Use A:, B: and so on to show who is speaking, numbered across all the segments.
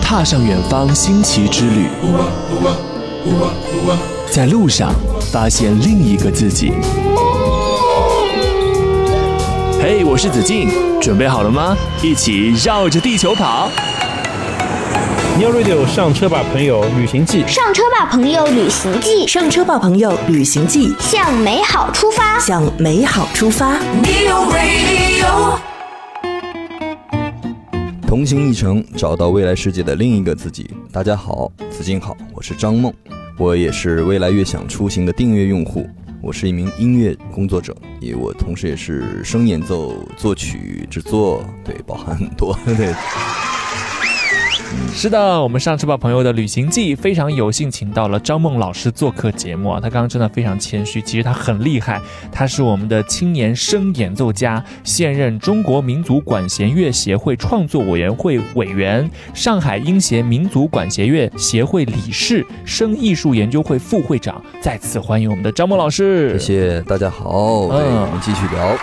A: 踏上远方新奇之旅，在路上发现另一个自己。嘿、我是子敬，准备好了吗？一起绕着地球跑。
B: New Radio 上车吧，朋友，旅行记。
C: 上车吧，朋友！旅行记，
D: 上车吧，朋友！旅行记，
C: 向美好出发。
D: 向美好出发。
E: 同行一程，找到未来世界的另一个自己。大家好，子敬好，我是张梦，我也是未来乐享出行的订阅用户。我是一名音乐工作者，也我同时也是声演奏、作曲、制作，对，包含很多，对，
F: 是的，我们上次吧朋友的旅行记非常有幸请到了张梦老师做客节目啊，他刚刚真的非常谦虚，其实他很厉害，他是我们的青年声演奏家，现任中国民族管弦乐协会创作委员会委员，上海音协民族管弦乐协会理事，声艺术研究会副会长。再次欢迎我们的张梦老师，
E: 谢谢大家好，对，
F: 嗯
E: 我们继续聊，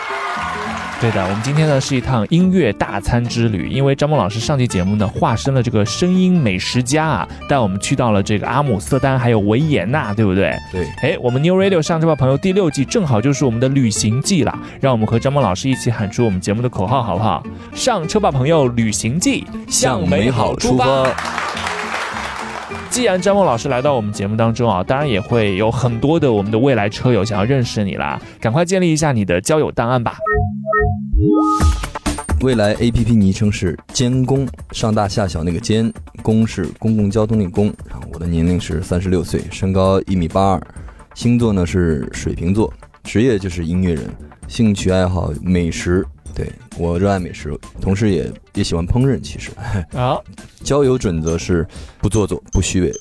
F: 对的，我们今天呢是一趟音乐大餐之旅，因为张梦老师上期节目呢化身了这个声音美食家啊，带我们去到了这个阿姆斯特丹还有维也纳，对不对？
E: 对，
F: 哎，我们 New Radio 上这吧朋友第六季正好就是我们的旅行季啦，让我们和张梦老师一起喊出我们节目的口号，好不好？上车吧，朋友，旅行季，向美好出发。既然张梦老师来到我们节目当中啊，当然也会有很多的我们的未来车友想要认识你啦，赶快建立一下你的交友档案吧。
E: 未来 APP 昵称是监工，上大下小那个监，工是公共交通的工。然后我的年龄是三十六岁，身高一米八二，星座呢是水瓶座，职业就是音乐人，兴趣爱好美食。对我热爱美食，同时也也喜欢烹饪。其实，
F: 好、
E: 交友准则是不做作、不虚伪。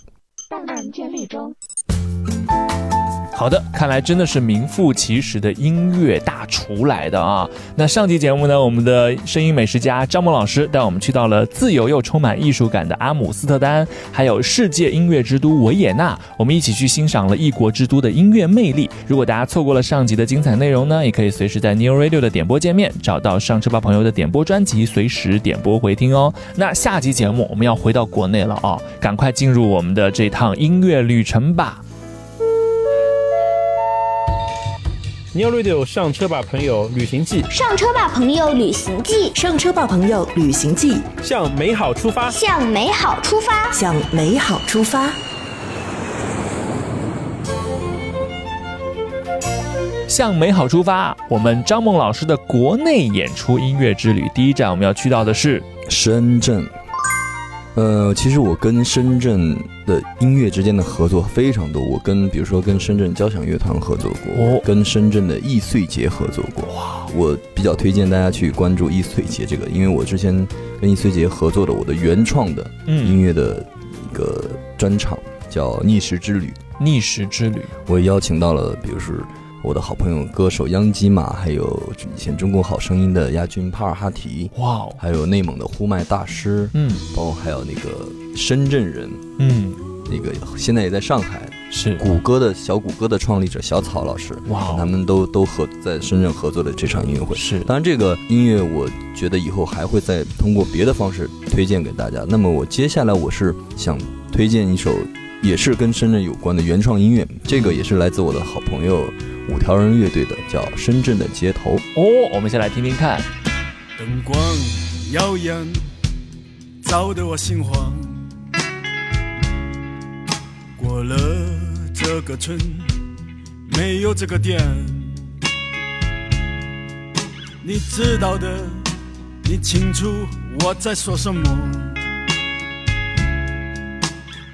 F: 好的，看来真的是名副其实的音乐大厨来的啊。那上期节目呢，我们的声音美食家张萌老师带我们去到了自由又充满艺术感的阿姆斯特丹，还有世界音乐之都维也纳，我们一起去欣赏了异国之都的音乐魅力。如果大家错过了上集的精彩内容呢，也可以随时在 New Radio 的点播界面找到上车吧朋友的点播专辑，随时点播回听哦。那下期节目我们要回到国内了啊，赶快进入我们的这趟音乐旅程吧。
B: New Radio 上车吧，朋友！旅行记，
C: 上车吧，朋友！旅行记，
D: 上车吧，朋友！旅行记，
B: 向美好出发。
C: 向美好出发。
D: 向美好出发。
F: 向美好出发，我们张梦老师的国内演出音乐之旅，第一站我们要去到的是
E: 深圳。呃，其实我跟深圳的音乐之间的合作非常多，我跟比如说跟深圳交响乐团合作过，
F: 哦
E: 跟深圳的易碎节合作过。哇，我比较推荐大家去关注易碎节这个，因为我之前跟易碎节合作的我的原创的音
F: 嗯
E: 乐的一个专场、叫《逆时之旅》，
F: 逆时之旅，
E: 我邀请到了，比如说我的好朋友歌手央基玛，还有以前中国好声音的亚军帕尔哈提，
F: 哇哦，
E: 还有内蒙的呼麦大师，
F: 嗯
E: 包括还有那个深圳人，
F: 嗯
E: 那个现在也在上海，
F: 是
E: 谷歌的小谷歌的创立者小草老师，
F: 哇
E: 他
F: 哦
E: 们都都合在深圳合作的这场音乐会。
F: 是
E: 当然，这个音乐我觉得以后还会再通过别的方式推荐给大家。那么我接下来我是想推荐一首，也是跟深圳有关的原创音乐，这个也是来自我的好朋友五条人乐队的，叫《深圳的街头》。
F: 哦，我们先来听听看，
G: 灯光耀眼，照得我心慌。过了这个村，没有这个店。你知道的，你清楚我在说什么。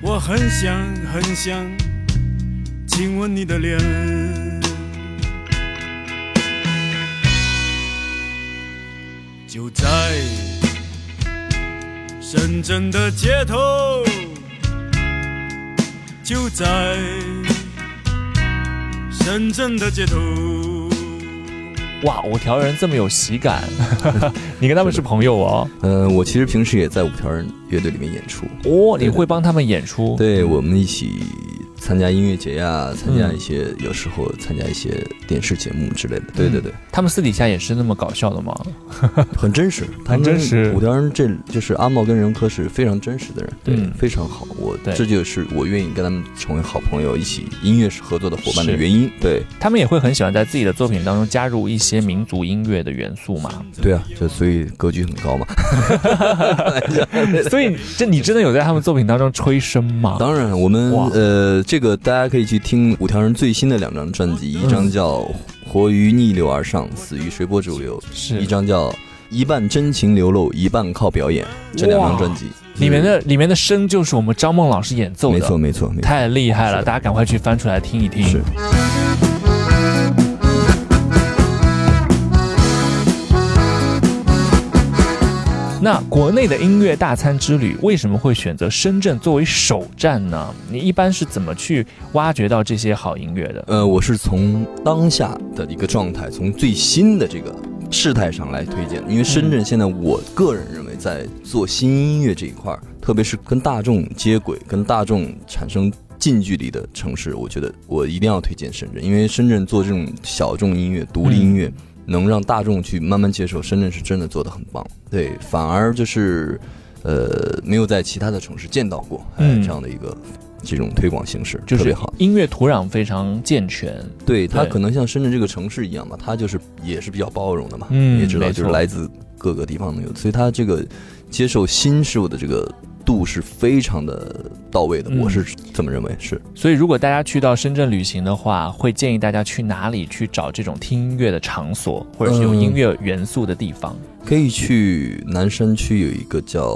G: 我很想很想亲吻你的脸。就在深圳的街头，就在深圳的街头。
F: 哇，五条人这么有喜 感，你跟他们是朋友哦，
E: 呃，我其实平时也在五条人乐队里面演出，
F: 哦，
E: 对
F: 你
E: 的
F: 会帮他们演出，
E: 对我们一起参加音乐节呀、
F: 嗯
E: 参加一些、有时候参加一些电视节目之类
F: 嗯
E: 的。对对对，
F: 他们私底下也是那么搞笑的吗？
E: 很真实，他
F: 很
E: 们
F: 真实
E: 五条人这就是阿茂跟任科是非常真实的人，对，
F: 嗯
E: 非常好。我
F: 对
E: 这就是我愿意跟他们成为好朋友，一起音乐合作的伙伴的
F: 是
E: 原因。对
F: 他们也会很喜欢在自己的作品当中加入一些民族音乐的元素嘛。
E: 对啊，就所以格局很高嘛。
F: 所以这你真的有在他们作品当中吹笙吗？
E: 当然，我们
F: 啊哇
E: 呃，这个大家可以去听五条人最新的两张专辑，
F: 嗯
E: 一张叫《活于逆流而上，死于随波逐流》，
F: 是
E: 一张叫《一半真情流露，一半靠表演》，这两张专辑嗯
F: 里面的里面的笙就是我们张梦老师演奏的，
E: 没错没错没错，
F: 太厉害
E: 是
F: 了，
E: 的
F: 大家赶快去翻出来听一听。
E: 是
F: 那国内的音乐大餐之旅为什么会选择深圳作为首站呢？你一般是怎么去挖掘到这些好音乐的？
E: 呃，我是从当下的一个状态，从最新的这个事态上来推荐，因为
F: 嗯
E: 深圳现在我个人认为在做新音乐这一块儿，特别是跟大众接轨、跟大众产生近距离的城市，我觉得我一定要推荐深圳，因为深圳做这种小众音乐、独立
F: 嗯
E: 音乐，能让大众去慢慢接受，深圳是真的做的很棒。对，反而就是呃没有在其他的城市见到过，哎，
F: 嗯
E: 这样的一个。这种推广形式
F: 就
E: 特别
F: 是
E: 好，
F: 音乐土壤非常健全，
E: 对，它
F: 对
E: 可能像深圳这个城市一样嘛，它就是也是比较包容的嘛，
F: 嗯
E: 你也知道
F: 没
E: 就是
F: 错
E: 来自各个地方的有，所以它这个接受新事物的这个度是非常的到位的，
F: 嗯
E: 我是这么认为，是
F: 所以如果大家去到深圳旅行的话，会建议大家去哪里去找这种听音乐的场所，或者是有
E: 嗯
F: 音乐元素的地方？
E: 可以去南山区有一个叫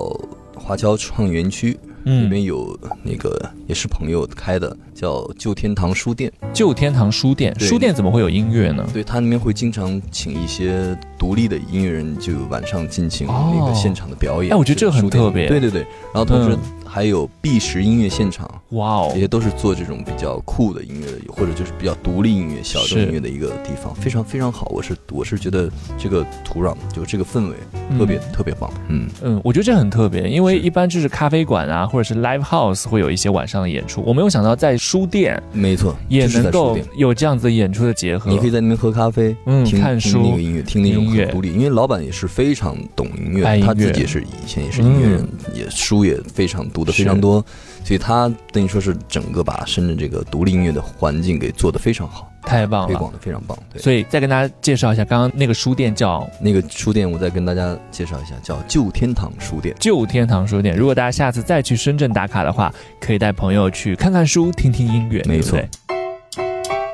E: 华侨创园区，
F: 嗯
E: 里面有那个也是朋友开的叫旧天堂书店，
F: 旧天堂书店，
E: 对
F: 书店怎么会有音乐呢？
E: 对，它那边会经常请一些独立的音乐人，就晚上进行
F: 哦
E: 那个现场的表演。
F: 哎我觉得这个很
E: 书店
F: 特别
E: 对对对，然后同时
F: 嗯
E: 还有 B 十音乐现场，
F: 哇哦
E: 这，些都是做这种比较酷的音乐的，或者就是比较独立音乐、小众
F: 是
E: 音乐的一个地方，非常非常好。我是我是觉得这个土壤就这个氛围特别、特别棒。嗯，
F: 嗯，我觉得这很特别，因为
E: 是
F: 一般就是咖啡馆啊，或者是 live house 会有一些晚上的演出，我没有想到在书店
E: 没错，
F: 也
E: 就是
F: 能
E: 在书
F: 够
E: 店。
F: 有这样子演出的结合。
E: 你可以在那边喝咖啡，
F: 嗯
E: 听
F: 看
E: 听
F: 书
E: 那个音乐，听那种
F: 音乐
E: 很独立，因为老板也是非常懂音乐，
F: 爱音乐嗯
E: 他自己也是以前也是音乐人，也书也非常读的非常多，所以他等于说是整个把深圳这个独立音乐的环境给做得非常好，
F: 太棒
E: 推
F: 了。
E: 广的非常棒。对，
F: 所以再跟大家介绍一下，刚刚那个书店叫
E: 那个书店我再跟大家介绍一下，叫旧天堂书店。
F: 旧天堂书店。如果大家下次再去深圳打卡的话，可以带朋友去看看书，听听音乐，
E: 没错
F: 对不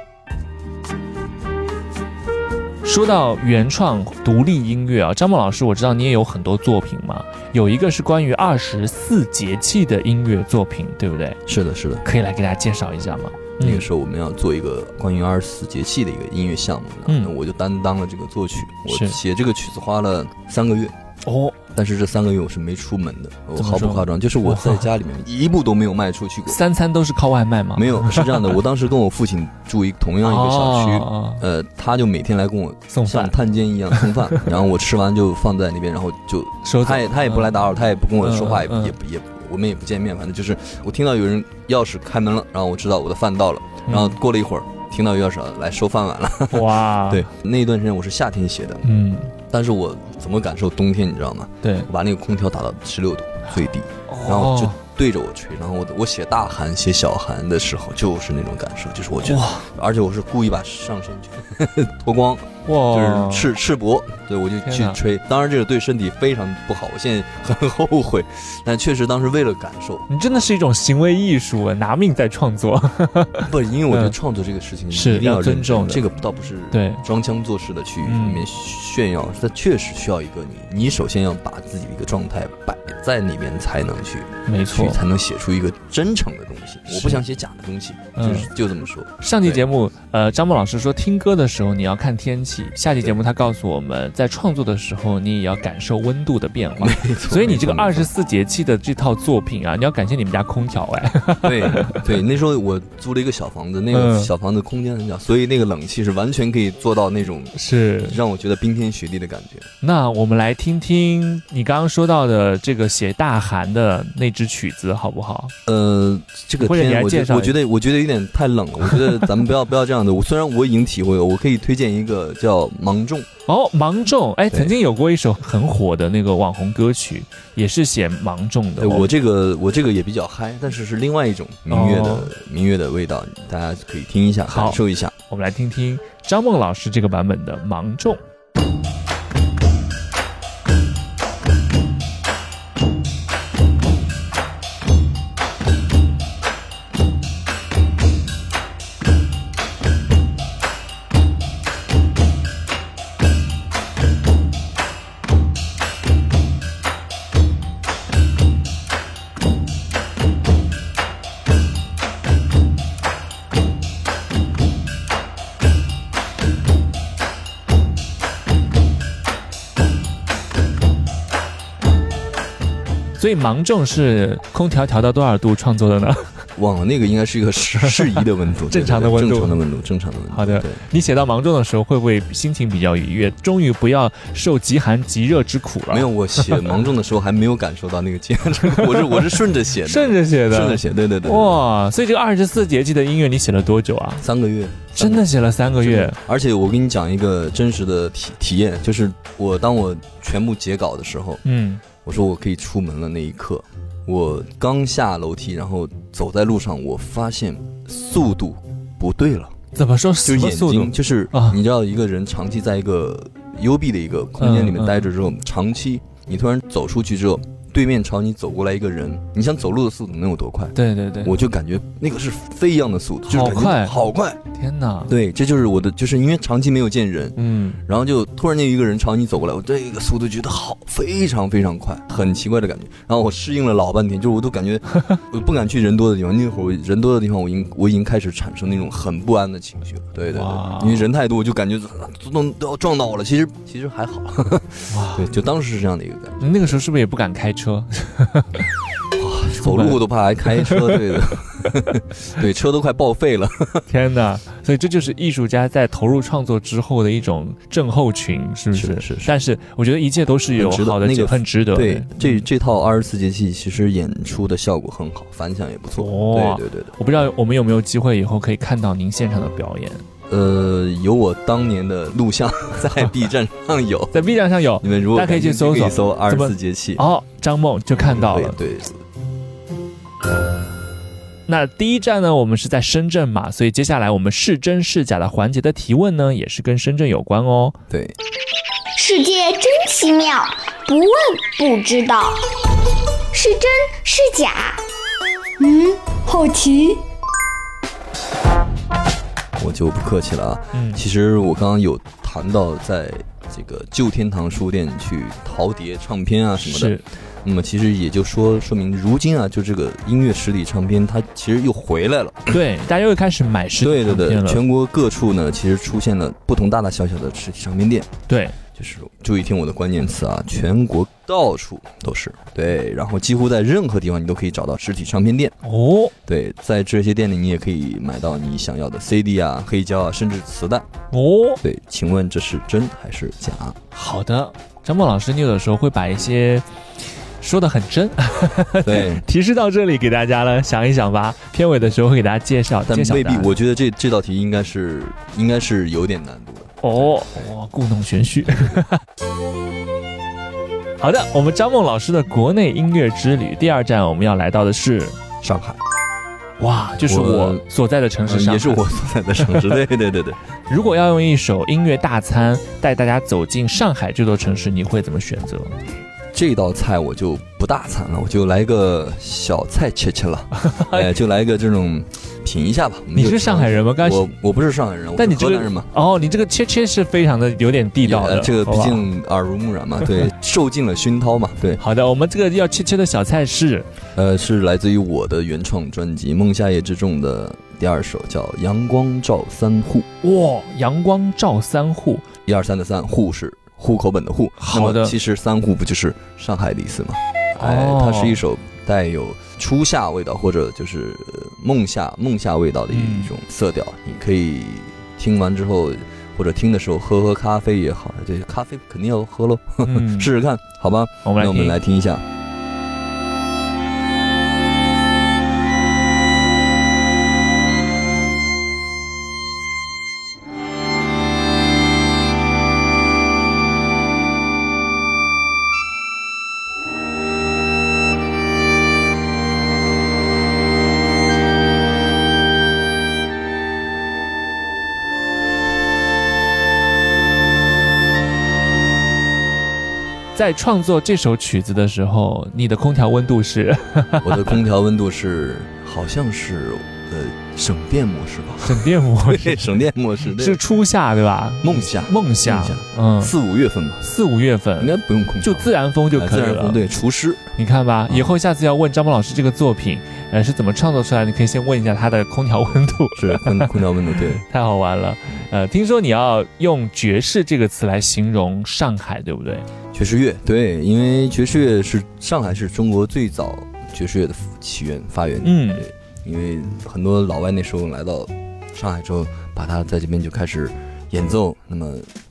F: 对说到原创独立音乐啊，张梦老师，我知道你也有很多作品嘛，有一个是关于二十四节气的音乐作品，对不对？
E: 是的，是的。
F: 可以来给大家介绍一下吗？
E: 那个
F: 嗯
E: 时候我们要做一个关于二十四节气的一个音乐项目，
F: 嗯
E: 那我就担当了这个作曲，
F: 是
E: 我写这个曲子花了三个月，
F: 哦，
E: 但是这三个月我是没出门的，我
F: 怎么
E: 毫不
F: 说
E: 夸张，就是我在家 里面一步都没有迈出去过。
F: 三餐都是靠外卖吗？
E: 没 有，是这样的，我当时跟我父亲住一同样一个小区，
F: 哦
E: 呃，他就每天来跟我
F: 送
E: 像
F: 饭
E: 探监一样 送饭，然后我吃完就放在那边，然后就
F: 收走嗯
E: 他也他也不来打扰，他也不跟我说话，也
F: 嗯嗯
E: 也也我们也不见面，反正就是我听到有人钥匙开门了，然后我知道我的饭到了，然后过了一会儿听到有钥匙来收饭碗了。
F: 嗯哇，
E: 对，，那一段时间我是夏天写的，
F: 嗯，
E: 但是我怎么感受冬天，你知道吗？
F: 对，
E: 我把那个空调打到十六度最低，
F: 哦
E: 然后就对着我吹，然后我我写大寒写小寒的时候就是那种感受，就是我觉得，而且我是故意把上身全 脱光，就
F: 哇，
E: 是赤赤膊，对我就去
F: 哦天哪
E: 吹。当然这个对身体非常不好，我现在很后悔，但确实当时为了感 受，
F: 你真的是一种行为艺术啊，拿命在创作。
E: 不是因为我觉得
F: 嗯
E: 创作这个事情
F: 是
E: 一定
F: 要
E: 认
F: 尊重
E: 真
F: 的
E: 这个倒不是
F: 对
E: 装腔作势的去
F: 嗯
E: 里面炫耀，它确实需要一个你，你首先要把自己的一个状态摆在里面，才能去
F: 没
E: 去
F: 错，
E: 才能写出一个真诚的东西。我不想写假的东西，
F: 嗯
E: 就是就这么说。
F: 上期
E: 对
F: 节目，呃，张默老师说听歌的时候你要看天气，下期节目他告诉我们在创作的时候你也要感受温度的变化。所以你这个
E: 没错
F: 二十四节气的这套作品啊，你要感谢你们家空调哎，
E: 对对，那时候我租了一个小房子，那个
F: 嗯
E: 小房子空间很小，所以那个冷气是完全可以做到那种
F: 是
E: 让我觉得冰天雪地的感觉。
F: 那我们来听听你刚刚说到的这个写大寒的那支曲子好不好？
E: 呃，这个
F: 或者你
E: 天，
F: 来
E: 我
F: 介
E: 觉
F: 绍
E: 得我
F: 一
E: 觉得我觉得有点太冷了，我 觉得咱们不要不要这样的。我虽然我已经体会了，我可以推荐一个叫《芒种》，
F: 哦，芒种，哎，
E: 对
F: 曾经有过一首很火的那个网红歌曲，也是写芒种的
E: 对
F: 哦。
E: 我这个我这个也比较嗨，但是是另外一种民乐的、
F: 哦
E: 民乐的味道，大家可以听一下，
F: 好
E: 感受一下。
F: 我们来听听张梦老师这个版本的芒种。所以芒种是空调调到多少度创作的 呢？
E: 忘了那个应该是一个适适宜 的温度，对
F: 正常的温度
E: 正常的温度，正常的温度。
F: 好的
E: 对，
F: 你写到芒种的时候，会不会心情比较愉悦？终于不要受极寒极热之苦了。
E: 没有，，我写芒种的时候还没有感受到那个煎， 我是我是顺着写的，
F: 顺着写的。
E: 顺着写，对对对，对，
F: 哇，所以这个二十四节气的音乐你写了多久啊？
E: 三个月，
F: 真的写了三个月，
E: 而且我跟你讲一个真实的体体验，就是我当我全部截稿的时候，
F: 嗯，
E: 我说我可以出门了那一刻，我刚下楼梯，然后走在路上，我发现速度不对了，
F: 怎么说
E: 就
F: 什
E: 是
F: 么
E: 眼
F: 速
E: 睛，
F: 度？
E: 就是
F: 啊
E: 你知道一个人长期在一个幽闭的一个空间里面
F: 嗯嗯
E: 待着之后，长期你突然走出去之后，对面朝你走过来一个人，你想走路的速度能有多快？
F: 对对对，
E: 我就感觉那个是飞一样的速度，就是感觉
F: 嗯好快
E: 好快。
F: 天哪！
E: 对，这就是我的，就是因为长期没有见人，
F: 嗯，
E: 然后就突然间有一个人朝你走过来，我这个速度觉得好，非常非常快，很奇怪的感觉。然后我适应了老半天，就是我都感觉 我不敢去人多的地方。那会儿人多的地方，我已经我已经开始产生那种很不安的情绪了。对对
F: 哇
E: 对，因为人太多，我就感觉都都要撞到我了。其实其实还好，
F: 哇，
E: 对，就当时是这样的一个感
F: 那个时候是不是也不敢开车？
E: 觉，走路都怕还开车，对的， 对， 车都快报废了。
F: 天哪！所以这就是艺术家在投入创作之后的一种症候群，是不是？
E: 是是是
F: 但是我觉得一切都是有
E: 很值得
F: 好的嗯
E: 那
F: 解，
E: 个
F: 很值得。
E: 对，这这套二十四节气其实演出的效果很好，反响也不错。
F: 哦
E: 对对对对。
F: 我不知道我们有没有机会以后可以看到您现场的表演，
E: 呃，有我当年的录像 在 B 站上有，
F: 在 B 站上有
E: 你们如果
F: 大家可以去
E: 感兴趣
F: 搜索
E: 可以搜二
F: 怎
E: 十
F: 么
E: 四节气，
F: 哦，张梦就看到了。
E: 对对，
F: 那第一站呢，我们是在深圳嘛，所以接下来我们是真是假的环节的提问呢，也是跟深圳有关哦。
E: 对，
C: 世界真奇妙，不问不知道，是真是假？嗯，好奇。
E: 我就不客气了啊。
F: 嗯
E: 其实我刚刚有谈到在这个旧天堂书店去淘碟唱片啊什么的，
F: 是，
E: 那么其实也就说说明，如今啊，就这个音乐实体唱片它其实又回来了。
F: 对，大家又开始买实
E: 对
F: 体
E: 对
F: 唱片
E: 对，
F: 了。
E: 全国各处呢，其实出现了不同大大小小的实体唱片店。
F: 对，
E: 就是注意听我的关键词啊，全国到处都是，对，然后几乎在任何地方你都可以找到实体唱片店，
F: 哦，
E: 对，在这些店里你也可以买到你想要的 CD 啊、黑胶啊，甚至磁带，
F: 哦，
E: 对，请问这是真还是假？
F: 好的，张梦老师，你有的时候会把一些说的很真，
E: 对，
F: 提示到这里给大家了，想一想吧。片尾的时候会给大家介绍，
E: 但
F: 介绍
E: 未必
F: 答，案
E: 我觉得这这道题应该是应该是有点难度的。
F: 哦，哇，故弄玄虚。 好的，我们张梦老师的国内音乐之旅第二站，我们要来到的是
E: 上海，
F: 哇，就是我
E: 我
F: 所在的城市
E: 嗯
F: 上海，
E: 也是我所在 的城市，对对对对，
F: 如果要用一首音乐大餐带大家走进上海这座城市，你会怎么选择？
E: 这道菜我就不大餐了，我就来个小菜切切了， 哎，就来个这种品一下吧。我们
F: 你
E: 就是
F: 上海人吗？刚才
E: 我我不是上海人，
F: 但你
E: 我是
F: 这
E: 河
F: 个
E: 南人嘛，
F: 哦，你这个切切是非常的有点地道
E: 也呃
F: 的，
E: 这个毕
F: 好吧
E: 竟耳濡目染嘛， 对，受尽了熏陶嘛，对，
F: 好的，我们这个要切切的小菜是
E: 呃，是来自于我的原创专辑《梦夏夜之众》的第二首，叫《阳光照三户》，
F: 哇，阳光照三户，
E: 一二三的三，户是户口本的户，
F: 好
E: 那么
F: 的
E: 其实三户不就是上海的意思吗？哎，
F: 哦
E: 它是一首带有初夏味道或者就是呃梦夏梦夏味道
F: 嗯
E: 的一种色调，你可以听完之后。或者听的时候喝喝咖啡也好，对，咖啡肯定要喝喽，
F: 嗯
E: 试试看，好吧？
F: 我们
E: 那
F: 来
E: 我们
F: 听。
E: 来听一下。
F: 在创作这首曲子的时候，你的空调温度 是
E: 我的空调温度是好像是呃省电模式 吧？
F: 省电模式，
E: 对，省电模式对
F: 是初夏对吧？
E: 梦夏，
F: 梦夏
E: 梦夏，
F: 嗯，
E: 四五月份吧，
F: 四五月
E: 应
F: 份
E: 该不用空调
F: 就
E: 吧，
F: 自然风就
E: 呃
F: 可以
E: 自然
F: 了。
E: 风对 厨师，
F: 你看吧，
E: 嗯
F: 以后下次要问张波老师这个作品，呃，是怎么创作出来，你可以先问一下他的空调温度，
E: 是空空调温度对，
F: 太好玩了。
E: 嗯
F: 呃，听说你要用爵士这个词来形容上海，对不对？
E: 爵士乐对，因为爵士乐是上海是中国最早爵士乐的起源发源地，
F: 嗯
E: 对，因为很多老外那时候来到上海之后，把它在这边就开始演奏，那么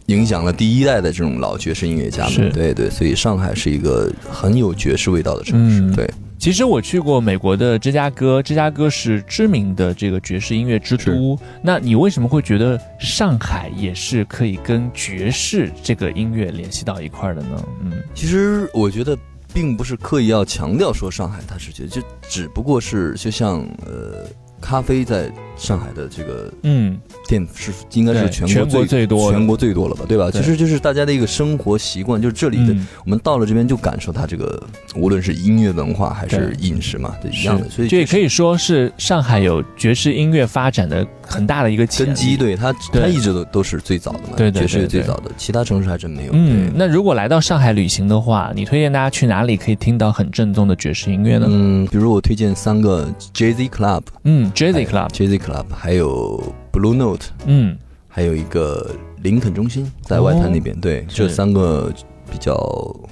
E: 影响了第一代的这种老爵士音乐家
F: 是
E: 们，对对，所以上海是一个很有爵士味道的城市，
F: 嗯
E: 对，
F: 其实我去过美国的芝加哥，芝加哥是知名的这个爵士音乐之都。那你为什么会觉得上海也是可以跟爵士这个音乐联系到一块儿的呢？嗯，
E: 其实我觉得并不是刻意要强调说上海它是爵士，就只不过是就像呃咖啡在上海的这个
F: 嗯，
E: 店是应该
F: 对
E: 是全
F: 全国
E: 国
F: 最
E: 最
F: 多的
E: 全国最多了吧，对吧？
F: 对
E: 其实就是大家的一个生活习惯，就是这里的、
F: 嗯
E: 我们到了这边就感受它这个，无论是音乐文化还是饮食嘛，对一样的，所以
F: 就也
E: 是
F: 可以说是上海有爵士音乐发展的很大的一个潜力
E: 根基，对它
F: 对
E: 它一直都都是最早的嘛，
F: 对对对
E: 爵士乐
F: 对
E: 最早的，其他城市还真没有。
F: 嗯，
E: 对
F: 那如果来到上海旅行的话，你推荐大家去哪里可以听到很正宗的爵士音乐呢？
E: 嗯，比如我推荐三个 Jazz Club、
F: 嗯 j a z
E: 哎
F: z Club，
E: Jazz Club，还有 Blue Note，
F: 嗯，
E: 还有一个林肯中心，在外滩那边。对，
F: 哦是
E: 这三个比较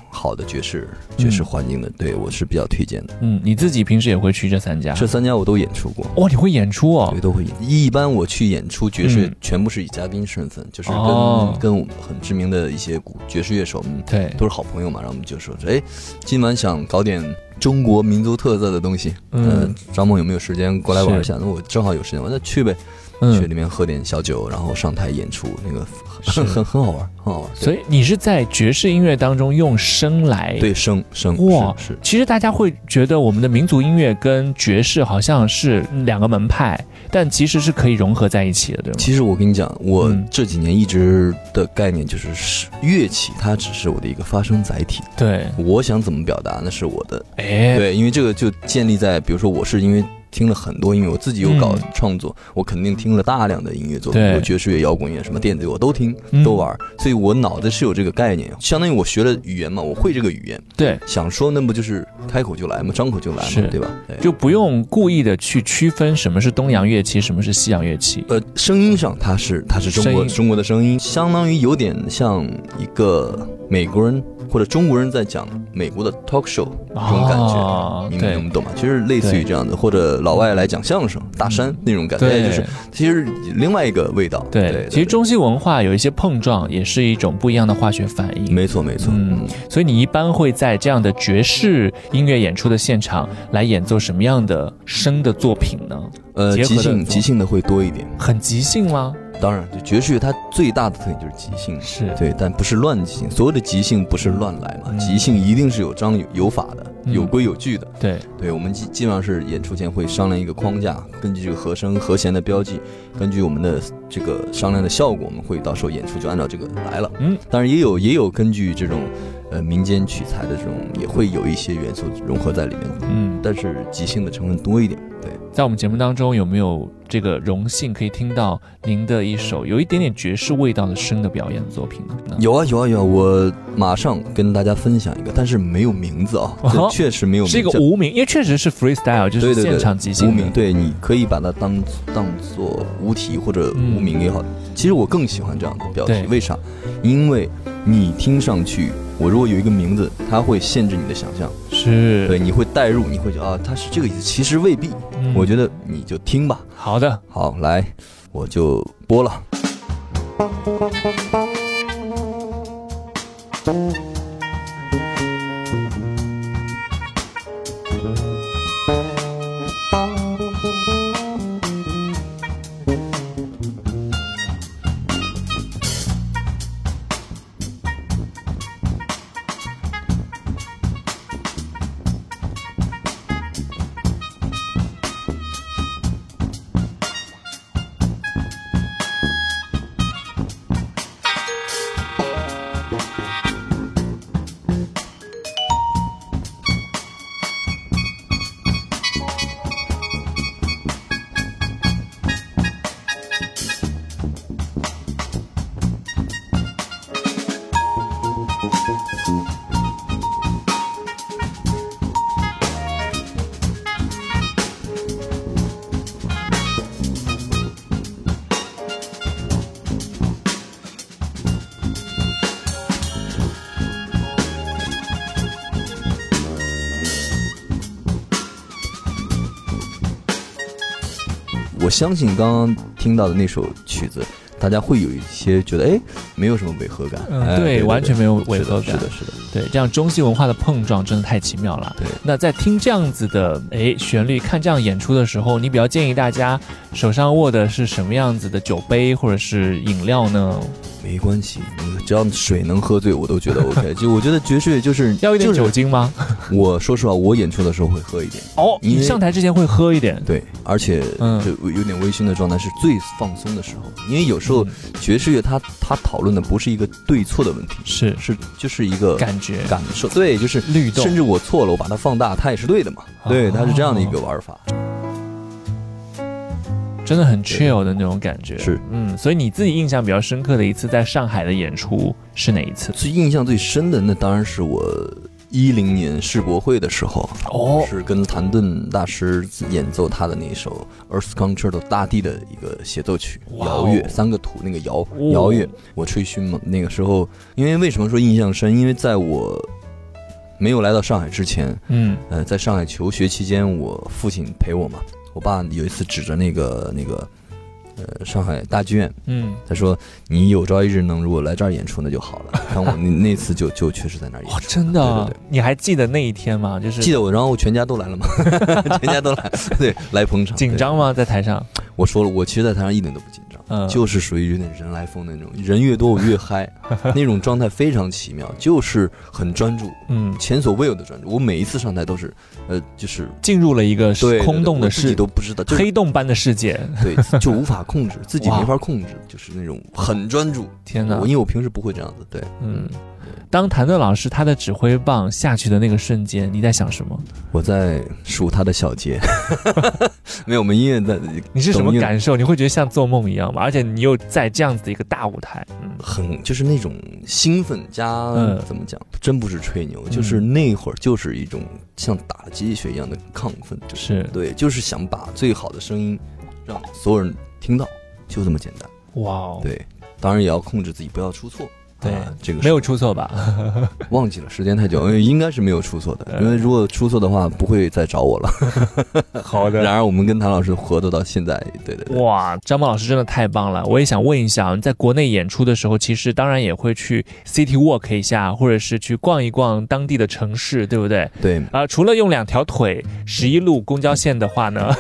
E: 好的爵士爵士环境的，对我是比较推荐的。
F: 嗯，你自己平时也会去这三家？
E: 这三家我都演出过，
F: 哇、你会演出哦
E: 对，？都会演。一般我去演出爵
F: 嗯
E: 士乐，全部是以嘉宾身份，就是跟
F: 哦
E: 跟我们很知名的一些古爵士乐手，嗯
F: 对，
E: 都是好朋友嘛。然后我们就说，哎，今晚想搞点中国民族特色的东西，
F: 嗯
E: 嗯，张梦有没有时间过来玩一
F: 是
E: 下？那我正好有时间，我说那去呗，去
F: 嗯，
E: 里面喝点小酒，然后上台演出，那个
F: 是
E: 很 很很好玩，很好玩。对
F: 所以你是在爵士音乐当中用声来
E: 对声声
F: 哇
E: 是是
F: 其实大家会觉得我们的民族音乐跟爵士好像是两个门派，但其实是可以融合在一起的，对吗？
E: 其实我跟你讲，我
F: 嗯
E: 这几年一直的概念就是是乐器，它只是我的一个发声载体。
F: 对，
E: 我想怎么表达，那是我的
F: 哎，
E: 对，因为这个就建立在，比如说我是因为听了很多音乐，我自己有搞
F: 嗯
E: 创作，我肯定听了大量的音乐作品，
F: 对
E: 有爵士乐、摇滚乐、什么电子乐，我都听
F: 嗯
E: 都玩，所以我脑子是有这个概念，相当于我学了语言嘛，我会这个语言，
F: 对，
E: 想说那不就是开口就来嘛，张口就来
F: 是
E: 嘛，对吧？哎对
F: 就不用故意的去区分什么是东洋乐器，什么是西洋乐器。
E: 呃，声音上它是它是中
F: 声音
E: 国中国的声音，相当于有点像一个美国人或者中国人在讲美国的 talk show 这种感觉，
F: 哦
E: 你
F: 对
E: 们能懂吗？其实类似于这样的，或者老外来讲相声、大山那种感觉，哎就是其实另外一个味道。
F: 对，
E: 对，
F: 其实中西文化有一些碰撞，也是一种不一样的化学反应。
E: 没错没错，
F: 嗯
E: 嗯，
F: 所以你一般会在这样的爵士音乐演出的现场来演奏什么样的声的作品呢？
E: 呃，
F: 结合
E: 即
F: 的
E: 兴即兴的会多一点。
F: 很即兴吗？
E: 当然，就爵士乐它最大的特点就是即兴。
F: 是
E: 对，但不是乱即兴，所有的即兴不是乱来嘛，
F: 嗯
E: 即兴一定是有章有有法的，
F: 嗯
E: 有规有矩的。
F: 对，
E: 对，我们基基本上是演出前会商量一个框架，根据这个和声、和弦的标记，根据我们的这个商量的效果，我们会到时候演出就按照这个来了。
F: 嗯，
E: 当然也有也有根据这种，呃，民间取材的这种，也会有一些元素融合在里面，
F: 嗯，
E: 但是即兴的成分多一点。对，
F: 在我们节目当中有没有这个荣幸可以听到您的一首有一点点爵士味道的声的表演作品呢？
E: 有啊有啊有啊，我马上跟大家分享一个，但是没有名字啊，
F: 哦
E: 这确实没有名字，
F: 是一个
E: 叫
F: 无名，因为确实是 freestyle，就
E: 对
F: 是
E: 对对，
F: 现场即兴
E: 无
F: 的
E: 名，对，你可以把它当当做无题或者无名也好。其实我更喜欢这样的标题
F: 嗯对，
E: 为啥？因为你听上去，我如果有一个名字，它会限制你的想象，
F: 是，
E: 对，你会代入，你会觉得啊，它是这个意思，其实未必。
F: 嗯
E: 我觉得你就听吧。
F: 好的，
E: 好，来，我就播了。
H: Thank
E: 我相信刚刚听到的那首曲子，大家会有一些觉得，哎，没有什么违和感。
F: 嗯
E: 哎
F: 对完全没有违和感
E: 是的，是的，是的。
F: 对，这样中西文化的碰撞真的太奇妙了。
E: 对
F: 那在听这样子的诶旋律，看这样演出的时候，你比较建议大家手上握的是什么样子的酒杯或者是饮料呢？
E: 没关系，你只要水能喝醉，我都觉 得 OK。就我觉得爵士乐就是
F: 要一点
E: 就是
F: 酒精吗？
E: 我说实话，我演出的时候会喝一点，
F: 哦，
E: 因
F: 你
E: 为
F: 上台之前会喝一点。
E: 对，而且
F: 嗯
E: 就有点微醺的状态是最放松的时候，因为有时
F: 嗯
E: 候爵士乐它它讨论的不是一个对错的问题，
F: 是
E: 是就是一个
F: 感觉
E: 感受，对，就是
F: 律动哦
E: 甚至我错了，我把它放大，它也是对的嘛，对，它是这样的一个玩法，
F: 真的很 chill 的那种感觉。
E: 是，
F: 嗯，所以你自己印象比较深刻的一次在上海的演出是哪一次？
E: 最印象最深的那当然是我一零年世博会的时候，
F: 哦
E: 是跟谭盾大师演奏他的那首《Earth Concerto》大地的一个协奏曲，
F: 哇哦
E: 摇乐三个土那个摇摇乐，我吹嘘嘛，那个时候，因为为什么说印象深？因为在我没有来到上海之前，
F: 嗯，
E: 呃，在上海求学期间，我父亲陪我嘛，我爸有一次指着那个那个。呃，上海大剧院，
F: 嗯，
E: 他说：“你有朝一日能如果来这儿演出，那就好了。” 但我那那次就就确实在那儿演
F: 哇，
E: 出，
F: 真的啊，
E: 对对对
F: 你还记得那一天吗？就是
E: 记得我，然后全家都 来了嘛，全家都来，对，来捧场。
F: 紧张吗？在台上？
E: 对？我说了，我其实，在台上一点都不紧张，
F: 嗯
E: 就是属于有点人来疯的那种，人越多我越 嗨，那种状态非常奇妙，就是很专注，
F: 嗯，
E: 前所未有的专注。我每一次上台都是，呃，就是
F: 进入了一个
E: 对对对
F: 空洞的
E: 我自己
F: 世
E: 都不知道，就是
F: 黑洞般的世界。
E: 对，就无法控制，自己
F: 哇
E: 没法控制，就是那种很专注。
F: 天哪
E: 我！因为我平时不会这样子，对，
F: 嗯，当谭盾老师他的指挥棒下去的那个瞬间，你在想什么？
E: 我在数他的 小节，没有，我们音乐在，
F: 你是什么
E: 抖音
F: 感受？你会觉得像做梦一样吗？而且你又在这样子的一个大舞台，嗯，
E: 很就是那种兴奋加、
F: 嗯
E: 怎么讲，真不是吹牛，就是
F: 嗯
E: 那会儿就是一种像打了鸡血一样的亢奋，就是对，就是想把最好的声音让所有人听到，就这么简单。
F: 哇哦，
E: 对，当然也要控制自己不要出错。
F: 对
E: 啊这个
F: 没
E: 是
F: 有出嗯错吧？
E: 忘记了，时间太久，因为应该是没有出错的，
F: 嗯
E: 因为如果出错的话不会再找我了。
F: 好
E: 然而我们跟谭老师合作到现在，对对对，
F: 哇， 张梦老师真的太棒了！我也想问一下，你在国内演出的时候，其实当然也会去 City Walk 一下，或者是去逛一逛当地的城市，对不对？
E: 对
F: 啊、除了用两条腿十一路公交线的话 呢，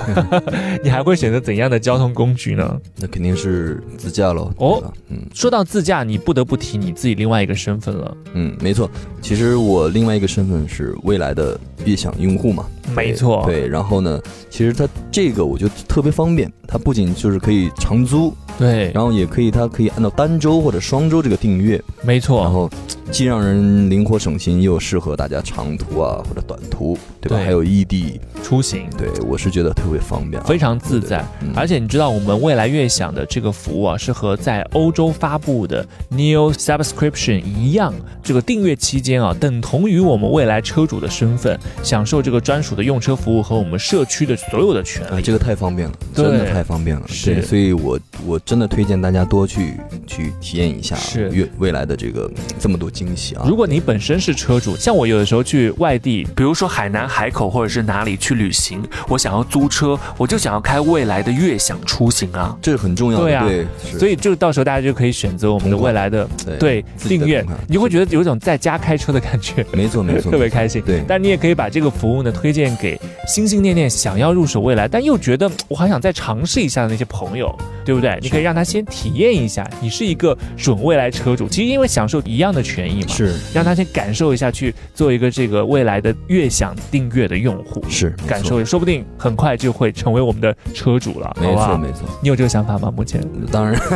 F: 你还会选择怎样的交通工具呢？
E: 那肯定是自驾喽。对
F: 哦
E: 吧，嗯
F: 说到自驾，你不得不提你自己另外一个身份了。
E: 嗯，没错。其实我另外一个身份是未来的悦享用户嘛，
F: 没错，
E: 对，然后呢，其实它这个我觉得特别方便，它不仅就是可以长租，
F: 对，
E: 然后也可以它可以按照单周或者双周这个订阅，
F: 没
E: 然
F: 错，
E: 后既让人灵活省心，又适合大家长途啊或者短途，对吧？
F: 对
E: 还有异地，
F: 出行
E: 对我是觉得特别方便啊、
F: 非常自在。
E: 嗯
F: 而且你知道，我们未来悦享的这个服务啊，是和在欧洲发布的 Neo Subscription 一样，这个订阅期间啊，等同于我们未来车主的身份，享受这个专属的用车服务和我们社区的所有的权
E: 啊，
F: 利。
E: 这个太方便了，真
F: 哎对
E: 的太方便了。
F: 是
E: 对所以我我真的推荐大家多去去体验一下
F: 是
E: 未未来的这个这么多惊喜啊。
F: 如果你本身是车主，像我有的时候去外地，比如说海南、海口或者是哪里去旅行，我想要租车，我就想要开未来的悦享出行啊。
E: 这是很重要的，
F: 对啊
E: 是
F: 所以就到时候大家就可以选择我们的
E: 同款
F: 未来的
E: 对
F: 对
E: 自己的
F: 订阅
E: 同款，
F: 你会觉得有一种在家开车的感觉。
E: 没错 没错，
F: 特别开心。
E: 对
F: 但你也可以把这个服务呢推荐给心心念念想要入手未来，但又觉得嗯我还想再尝试一下的那些朋友，对不对？你可以让他先体验一下，你是一个准未来车主，其实因为享受一样的权益嘛，
E: 是
F: 让他先感受一下，去做一个这个未来的悦享订阅的用户，
E: 是没
F: 感
E: 错
F: 受，说不定很快就会成为我们的车主了，
E: 没
F: 好
E: 错
F: 吧？
E: 没错，
F: 你有这个想法吗？目前？
E: 当然。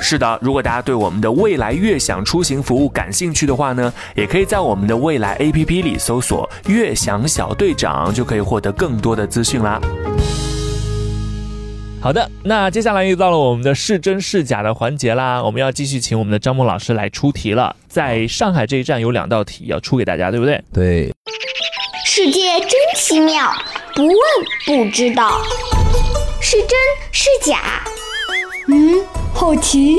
F: 是的，如果大家对我们的未来悦享出行服务感兴趣的话呢，也可以在我们的未来 APP 里搜索“悦享小队长”，就可以获得更多的资讯啦。好的，那接下来又到了我们的是真是假的环节啦，我们要继续请我们的张梦老师来出题了。在上海这一站有两道题要出给大家，对不对？
E: 对，
C: 世界真奇妙，不问不知道，是真是假？嗯，好奇。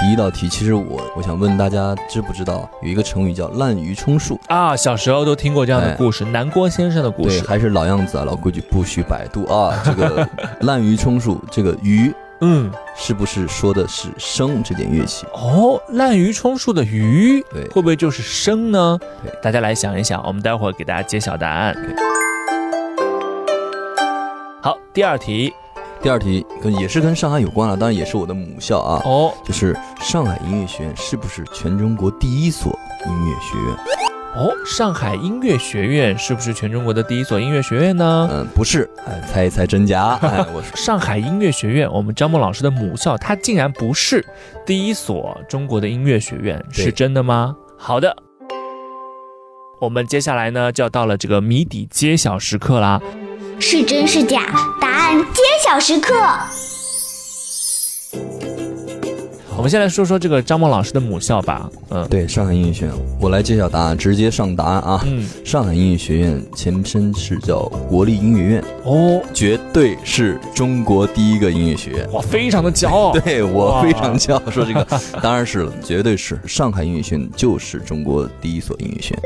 E: 第一道题，其实我我想问大家，知不知道有一个成语叫滥竽充数？
F: 啊，小时候都听过这样的故事，哎南郭先生的故
E: 对，
F: 事。
E: 还是老样子啊，老规矩，不许百度啊。 这个滥竽充数，这个竽
F: 嗯，
E: 是不是说的是笙这件乐器？
F: 哦，滥竽充数的竽，
E: 对
F: 会不会就是笙呢
E: 对？
F: 大家来想一想，我们待会儿给大家揭晓答案。好，第二题
E: 第二题跟也是跟上海有关了，当然也是我的母校啊，
F: 哦
E: 就是上海音乐学院是不是全中国第一所音乐学 院？
F: 哦，上海音乐学院是不是全中国的第一所音乐学院呢？
E: 嗯，不是，哎，猜一猜真 假？哎，我说
F: 上海音乐学院，我们张梦老师的母校，它竟然不是第一所中国的音乐学院，
E: 对
F: 是真的吗？好的，我们接下来呢就要到了这个谜底揭晓时刻啦。
C: 是真是假，答案揭晓时刻。
F: 我们先来说说这个张梦老师的母校吧。嗯
E: 对，上海音乐学院，我来揭晓答案，直接上答案啊！
F: 嗯，
E: 上海音乐学院前身是叫国立音乐院，
F: 哦，
E: 绝对是中国第一个音乐学院。
F: 哇，非常的骄 傲。
E: 对我
F: 哇
E: 非常骄傲说这个，哦 当然是了，绝对是上海音乐学院就是中国第一所音乐学院，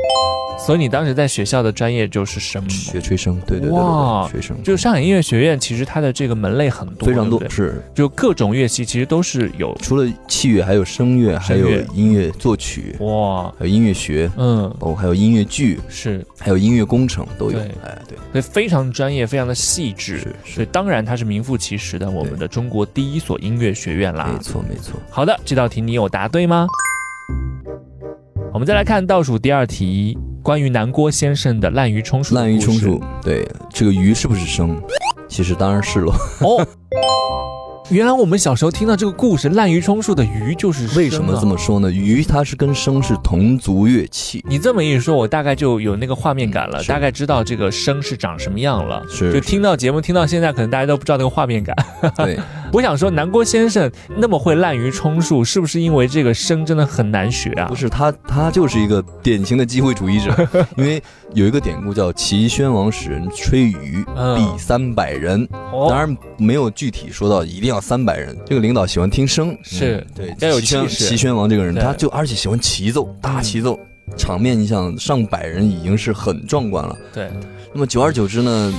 F: 所以你当时在学校的专业就是什么？
E: 学吹笙，对对对对
F: 哇
E: 对，吹笙，
F: 就上海音乐学院，其实它的这个门类很多，
E: 非常多
F: 对，不对
E: 是
F: 就各种乐器其实都是有。
E: 除了器乐，还有声乐，还有
F: 声乐
E: 音乐作曲，
F: 哇，
E: 还有音乐学，
F: 嗯，
E: 哦，还有音乐剧，
F: 是，
E: 还有音乐工程都有
F: 对。
E: 哎，对，
F: 所以非常专业，非常的细致。
E: 是
F: 所以
E: 是，
F: 当然它是名副其实的我们的中国第一所音乐学院啦
E: 没。错没错。
F: 好的，这道题你有答对吗？我们再来看倒数第二题，关于南郭先生的滥竽充数的
E: 滥竽充
F: 故
E: 数，对这个鱼是不是生？其实当然是了，
F: 事哦。原来我们小时候听到这个故事，滥竽充数的竽就是
E: 为什
F: 笙
E: 么
F: 啊
E: 这？么说呢？鱼它是跟笙是同族乐 器，
F: 你这么一说，我大概就有那个画面感了，
E: 嗯是
F: 大概知道这个笙是长什么样了。
E: 是
F: 就听到节目听到现在，可能大家都不知道那个画面感。
E: 对，
F: 我想说，南郭先生那么会滥竽充数，是不是因为这个笙真的很难学啊？
E: 不是他，他就是一个典型的机会主 义者，因为有一个典故叫“齐宣王使人吹竽，
F: 嗯
E: 必三百人”，
F: 哦，
E: 当然没有具体说到一定要三百人。这个领导喜欢听声，
F: 是
E: 嗯对，
F: 要有
E: 齐宣
F: 气势
E: 齐宣王这个人，
F: 对嗯
E: 他就而且喜欢齐奏，大齐奏，场面你想上百人已经是很壮观了。
F: 对，
E: 那么久而久之呢，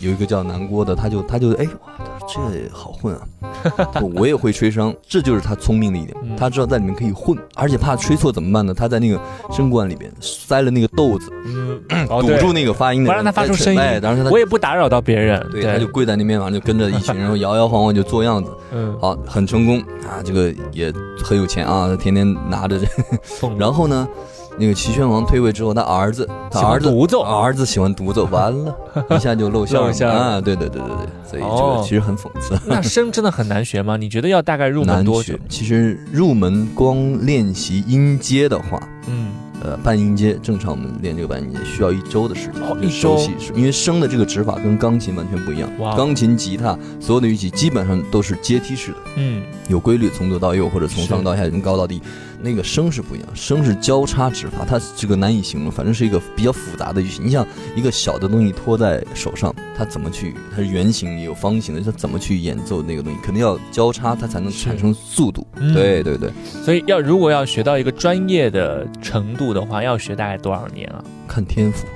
E: 有一个叫南郭的，他就他就哎，哇，他说这好 混啊，他说我也会吹笙，这就是他聪明的一
F: 嗯
E: 点，他知道在里面可以混，而且怕吹错怎么办呢？他在那个笙管里边塞了那个豆子，
F: 嗯，
E: 堵住那个发音的
F: 不
E: 人，
F: 让他发出
E: 再吹
F: 声音
E: 哎，当时他
F: 我也不打扰到别人，
E: 对，他就跪在那边，完了就跟着 一群人然后摇摇晃晃就做样子，
F: 嗯，
E: 好，很成功啊，这个也很有钱啊，天天拿着这，
F: 讽
E: 然后呢，那个齐宣王退位之后，他儿子，他
F: 喜欢
E: 儿子啊
F: 独奏
E: 儿子喜欢独奏，完了，一下就 露馅
F: 露馅
E: 了
F: 了
E: 啊！对对对对对，所以这
F: 哦
E: 个其实很讽刺，
F: 那笙真的很难学吗？你觉得要大概入门
E: 难
F: 多久
E: 学？。其实入门光练习音阶的话，
F: 嗯，
E: 呃，半音阶正常我们练这个半音阶需要一周的时间，
F: 哦
E: 就
F: 一
E: 熟
F: 周
E: 悉，因为声的这个指法跟钢琴完全不一样，
F: 哇
E: 钢琴、吉他所有的乐器基本上都是阶梯式的。
F: 嗯，
E: 有规律，从左到右或者从
F: 是
E: 上到下，从高到低，那个声是不一样，声是交叉指法，它这个难以形容，反正是一个比较复杂的乐器。你像一个小的东西托在手上，它怎么去？它是圆形也有方形的，它怎么去演奏那个东西？肯定要交叉，它才能
F: 是
E: 产生速度。
F: 嗯
E: 对对对，
F: 所以要如果要学到一个专业的程度的话，要学大概多少年啊？
E: 看天赋，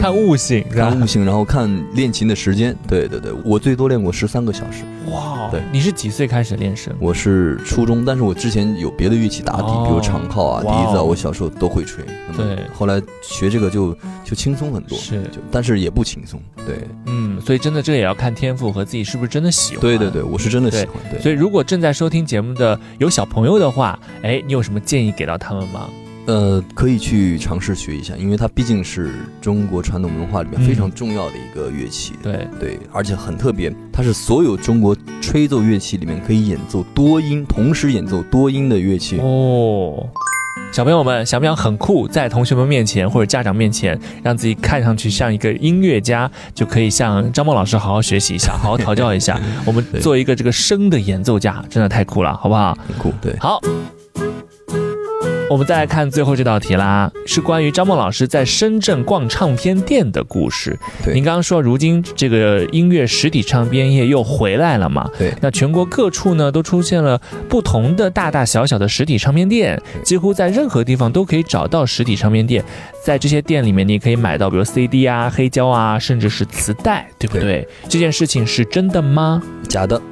F: 看悟性，是吧
E: 看悟性，然后看练琴的时间。对对对，我最多练过十三个小时，
F: 哇，
E: 对
F: 你是几岁开始练声？
E: 我是初中，但是我之前有别的乐器打底，
F: 哦
E: 比如长号啊、
F: 哇哦
E: 笛子啊，我小时候都会吹。那么
F: 对
E: 后来学这个就就轻松很多，
F: 是
E: 就但是也不轻松。对，
F: 嗯，所以真的这也要看天赋和自己是不是真的喜欢。
E: 对对对，我是真的
F: 对
E: 喜欢。对，
F: 所以，如果正在收听节目的有小朋友的话，哎，你有什么建议给到他们吗？
E: 呃，可以去尝试学一下，因为它毕竟是中国传统文化里面
F: 嗯
E: 非常重要的一个乐器。
F: 对，
E: 对，而且很特别，它是所有中国吹奏乐器里面可以演奏多音，同时演奏多音的乐器。
F: 哦，小朋友们想不想很酷，在同学们面前或者家长面前，让自己看上去像一个音乐家，就可以向张梦老师好好学习一下，好好调教一下。我们
E: 对
F: 做一个这个声的演奏家，真的太酷了，好不好？
E: 很酷，对。
F: 好。我们再来看最后这道题啦，是关于张梦老师在深圳逛唱片店的故事。
E: 对
F: 您刚刚说，如今这个音乐实体唱片业又回来了嘛？
E: 对
F: 那全国各处呢都出现了不同的大大小小的实体唱片店，几乎在任何地方都可以找到实体唱片店。在这些店里面，你可以买到比如 CD 啊、黑胶啊，甚至是磁带，对不对？这件事情是真的吗？
E: 假的，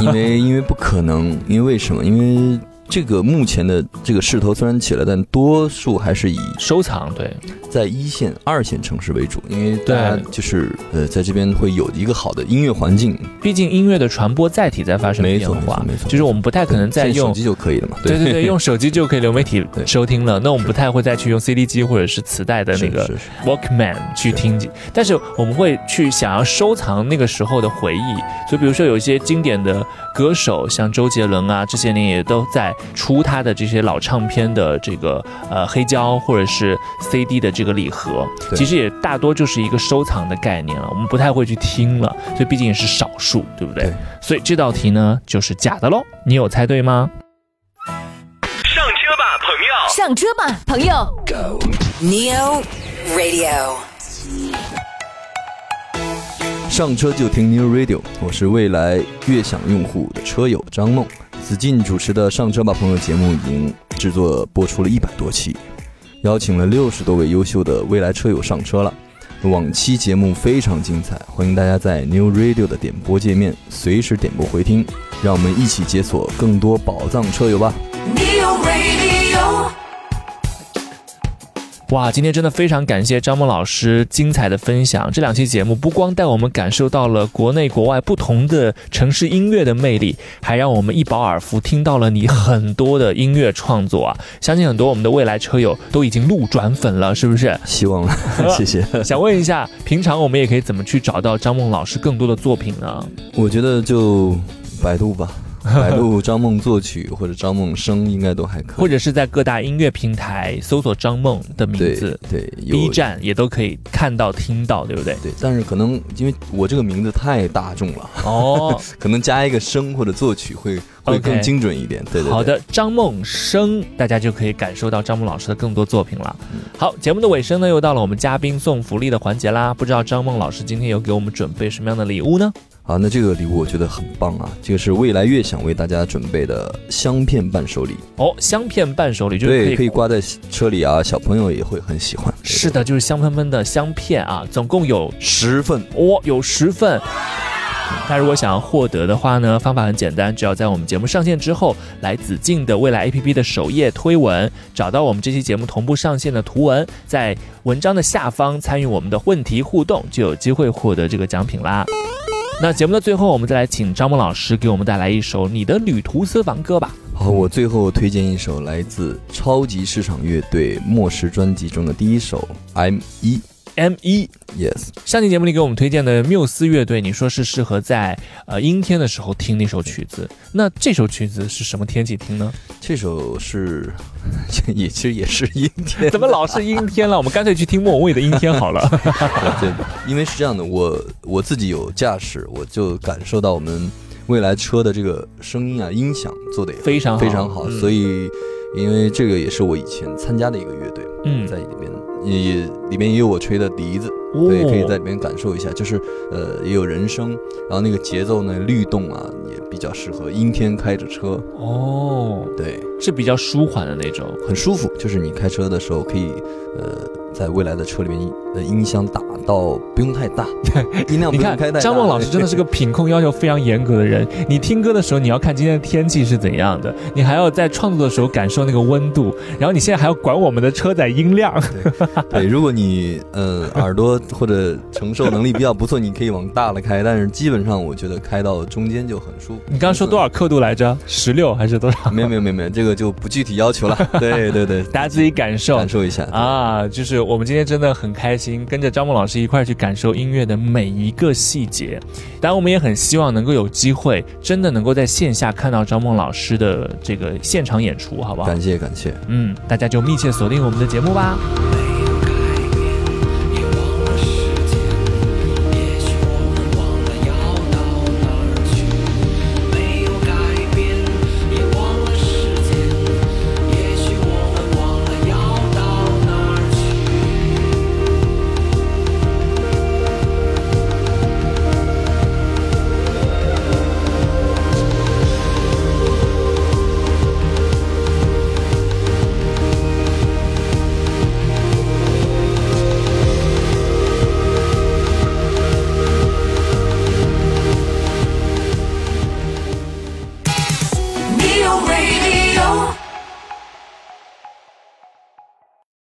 E: 因为因为不可能，因为为什么？因为这个目前的这个势头虽然起来，但多数还是以
F: 收藏对，
E: 在一线、二线城市为主，因为大家
F: 对
E: 就是呃，在这边会有一个好的音乐环境，
F: 毕竟音乐的传播载体在发生
E: 没
F: 变
E: 错
F: 化，
E: 没错没错
F: 就是我们不太可能再
E: 现在手
F: 用
E: 机就可以了嘛。
F: 对对对，用手机就可以流媒体
E: 对
F: 收听了。那我们不太会再去用 CD 机或者是磁带的
E: 是
F: 那个
E: 是是
F: Walkman 去听，但是我们会去想要收藏那个时候的回忆。所以，比如说有一些经典的歌手，像周杰伦啊，这些年也都在出他的这些老唱片的这个呃黑胶或者是 CD 的这个礼盒，
E: 对
F: 其实也大多就是一个收藏的概念了。我们不太会去听了，所以毕竟也是少数，对不对？
E: 对
F: 所以这道题呢就是假的喽，你有猜对吗？
H: 上车吧，朋友。
D: Neo Radio。
E: 上车就听 New Radio，我是未来悦享用户的车友张梦。子敬主持的《上车吧，朋友》节目已经制作播出了一百多期，邀请了六十多位优秀的未来车友上车了。往期节目非常精彩，欢迎大家在 New Radio 的点播界面随时点播回听，让我们一起解锁更多宝藏车友吧。
D: Neo Radio。
F: 哇，今天真的非常感谢张梦老师精彩的分享。这两期节目不光带我们感受到了国内国外不同的城市音乐的魅力，还让我们一饱耳福，听到了你很多的音乐创作啊！相信很多我们的未来车友都已经路转粉了，是不是？
E: 希望 了，谢谢。
F: 想问一下，平常我们也可以怎么去找到张梦老师更多的作品呢？
E: 我觉得就百 度吧，百度张梦作曲或者张梦声应该都还可以。
F: 或者是在各大音乐平台搜索张梦的名
E: 对
F: 字
E: 对有
F: ，B 站也都可以看到、听到，对不对？
E: 对，但是可能因为我这个名字太大众了，
F: 哦，
E: 可能加一个声或者作曲会会
F: OK
E: 更精准一点。对对对，
F: 好，的，张梦生，大家就可以感受到张梦老师的更多作品了。
E: 嗯
F: 好，节目的尾声呢，又到了我们嘉宾送福利的环节啦。不知道张梦老师今天有给我们准备什么样的礼物呢？
E: 好，啊那这个礼物我觉得很棒啊，这个是未来悦享为大家准备的香片伴手礼，
F: 哦，香片伴手礼就是
E: 对，可以挂在车里啊，小朋友也会很喜欢。对
F: 是，的，就是香喷喷的香片啊，总共有
E: 十份。
F: 哦，有十份。那如果想要获得的话呢，方法很简单，只要在我们节目上线之后，来子敬的未来 APP 的首页推文，找到我们这期节目同步上线的图文，在文章的下方参与我们的问题互动，就有机会获得这个奖品啦。那节目的最后，我们再来请张梦老师给我们带来一首《你的旅途私房歌》吧。
E: 好，我最后推荐一首来自超级市场乐队《末时》专辑中的第一首《M 一
F: M 一
E: Yes》。
F: 上期节目里给我们推荐的缪斯乐队，你说是适合在呃阴天的时候听那首曲子，那这首曲子是什么天气听呢？
E: 这首是， 也其实也是阴 天。
F: 怎么老是阴天了？我们干脆去听莫文蔚的《阴天》好了。
E: 对，因为是这样的，我我自己有驾驶，我就感受到我们未来车的这个声音啊、音响做的也
F: 非常好
E: 非常好，
F: 嗯
E: 所以因为这个也是我以前参加的一个乐队，
F: 嗯
E: 在里面也也里面也有我吹的笛子，
F: 哦
E: 对，可以在里面感受一下，就是呃也有人声，然后那个节奏呢律动啊也比较适合阴天开着车，
F: 哦，
E: 对，
F: 是比较舒缓的那种。
E: 很舒服，就是你开车的时候可以呃。在未来的车里面，呃，音箱打到不用太大， 音量
F: 你
E: 不用
F: 看
E: 开太大。，
F: 张梦老师真的是个品控要求非常严格的 人。你听歌的时候，你要看今天的天气是怎样的，你还要在创作的时候感受那个温度，然后你现在还要管我们的车载音量。
E: 对，如果你呃耳朵或者承受能力比较不错，你可以往大了开，但是基本上我觉得开到中间就很舒服。
F: 你刚刚说多少刻度来着？十六还是 多少？
E: 没有没有没有没有，这个就不具体 要求了。对对对，
F: 大家自己感受
E: 感受一下。
F: 啊，就是我们今天真的很开心，跟着张梦老师一块儿去感受音乐的每一个细节。当然，我们也很希望能够有机会，真的能够在线下看到张梦老师的这个现场演出，好不好？
E: 感谢感谢，
F: 嗯，大家就密切锁定我们的节目吧。
E: 没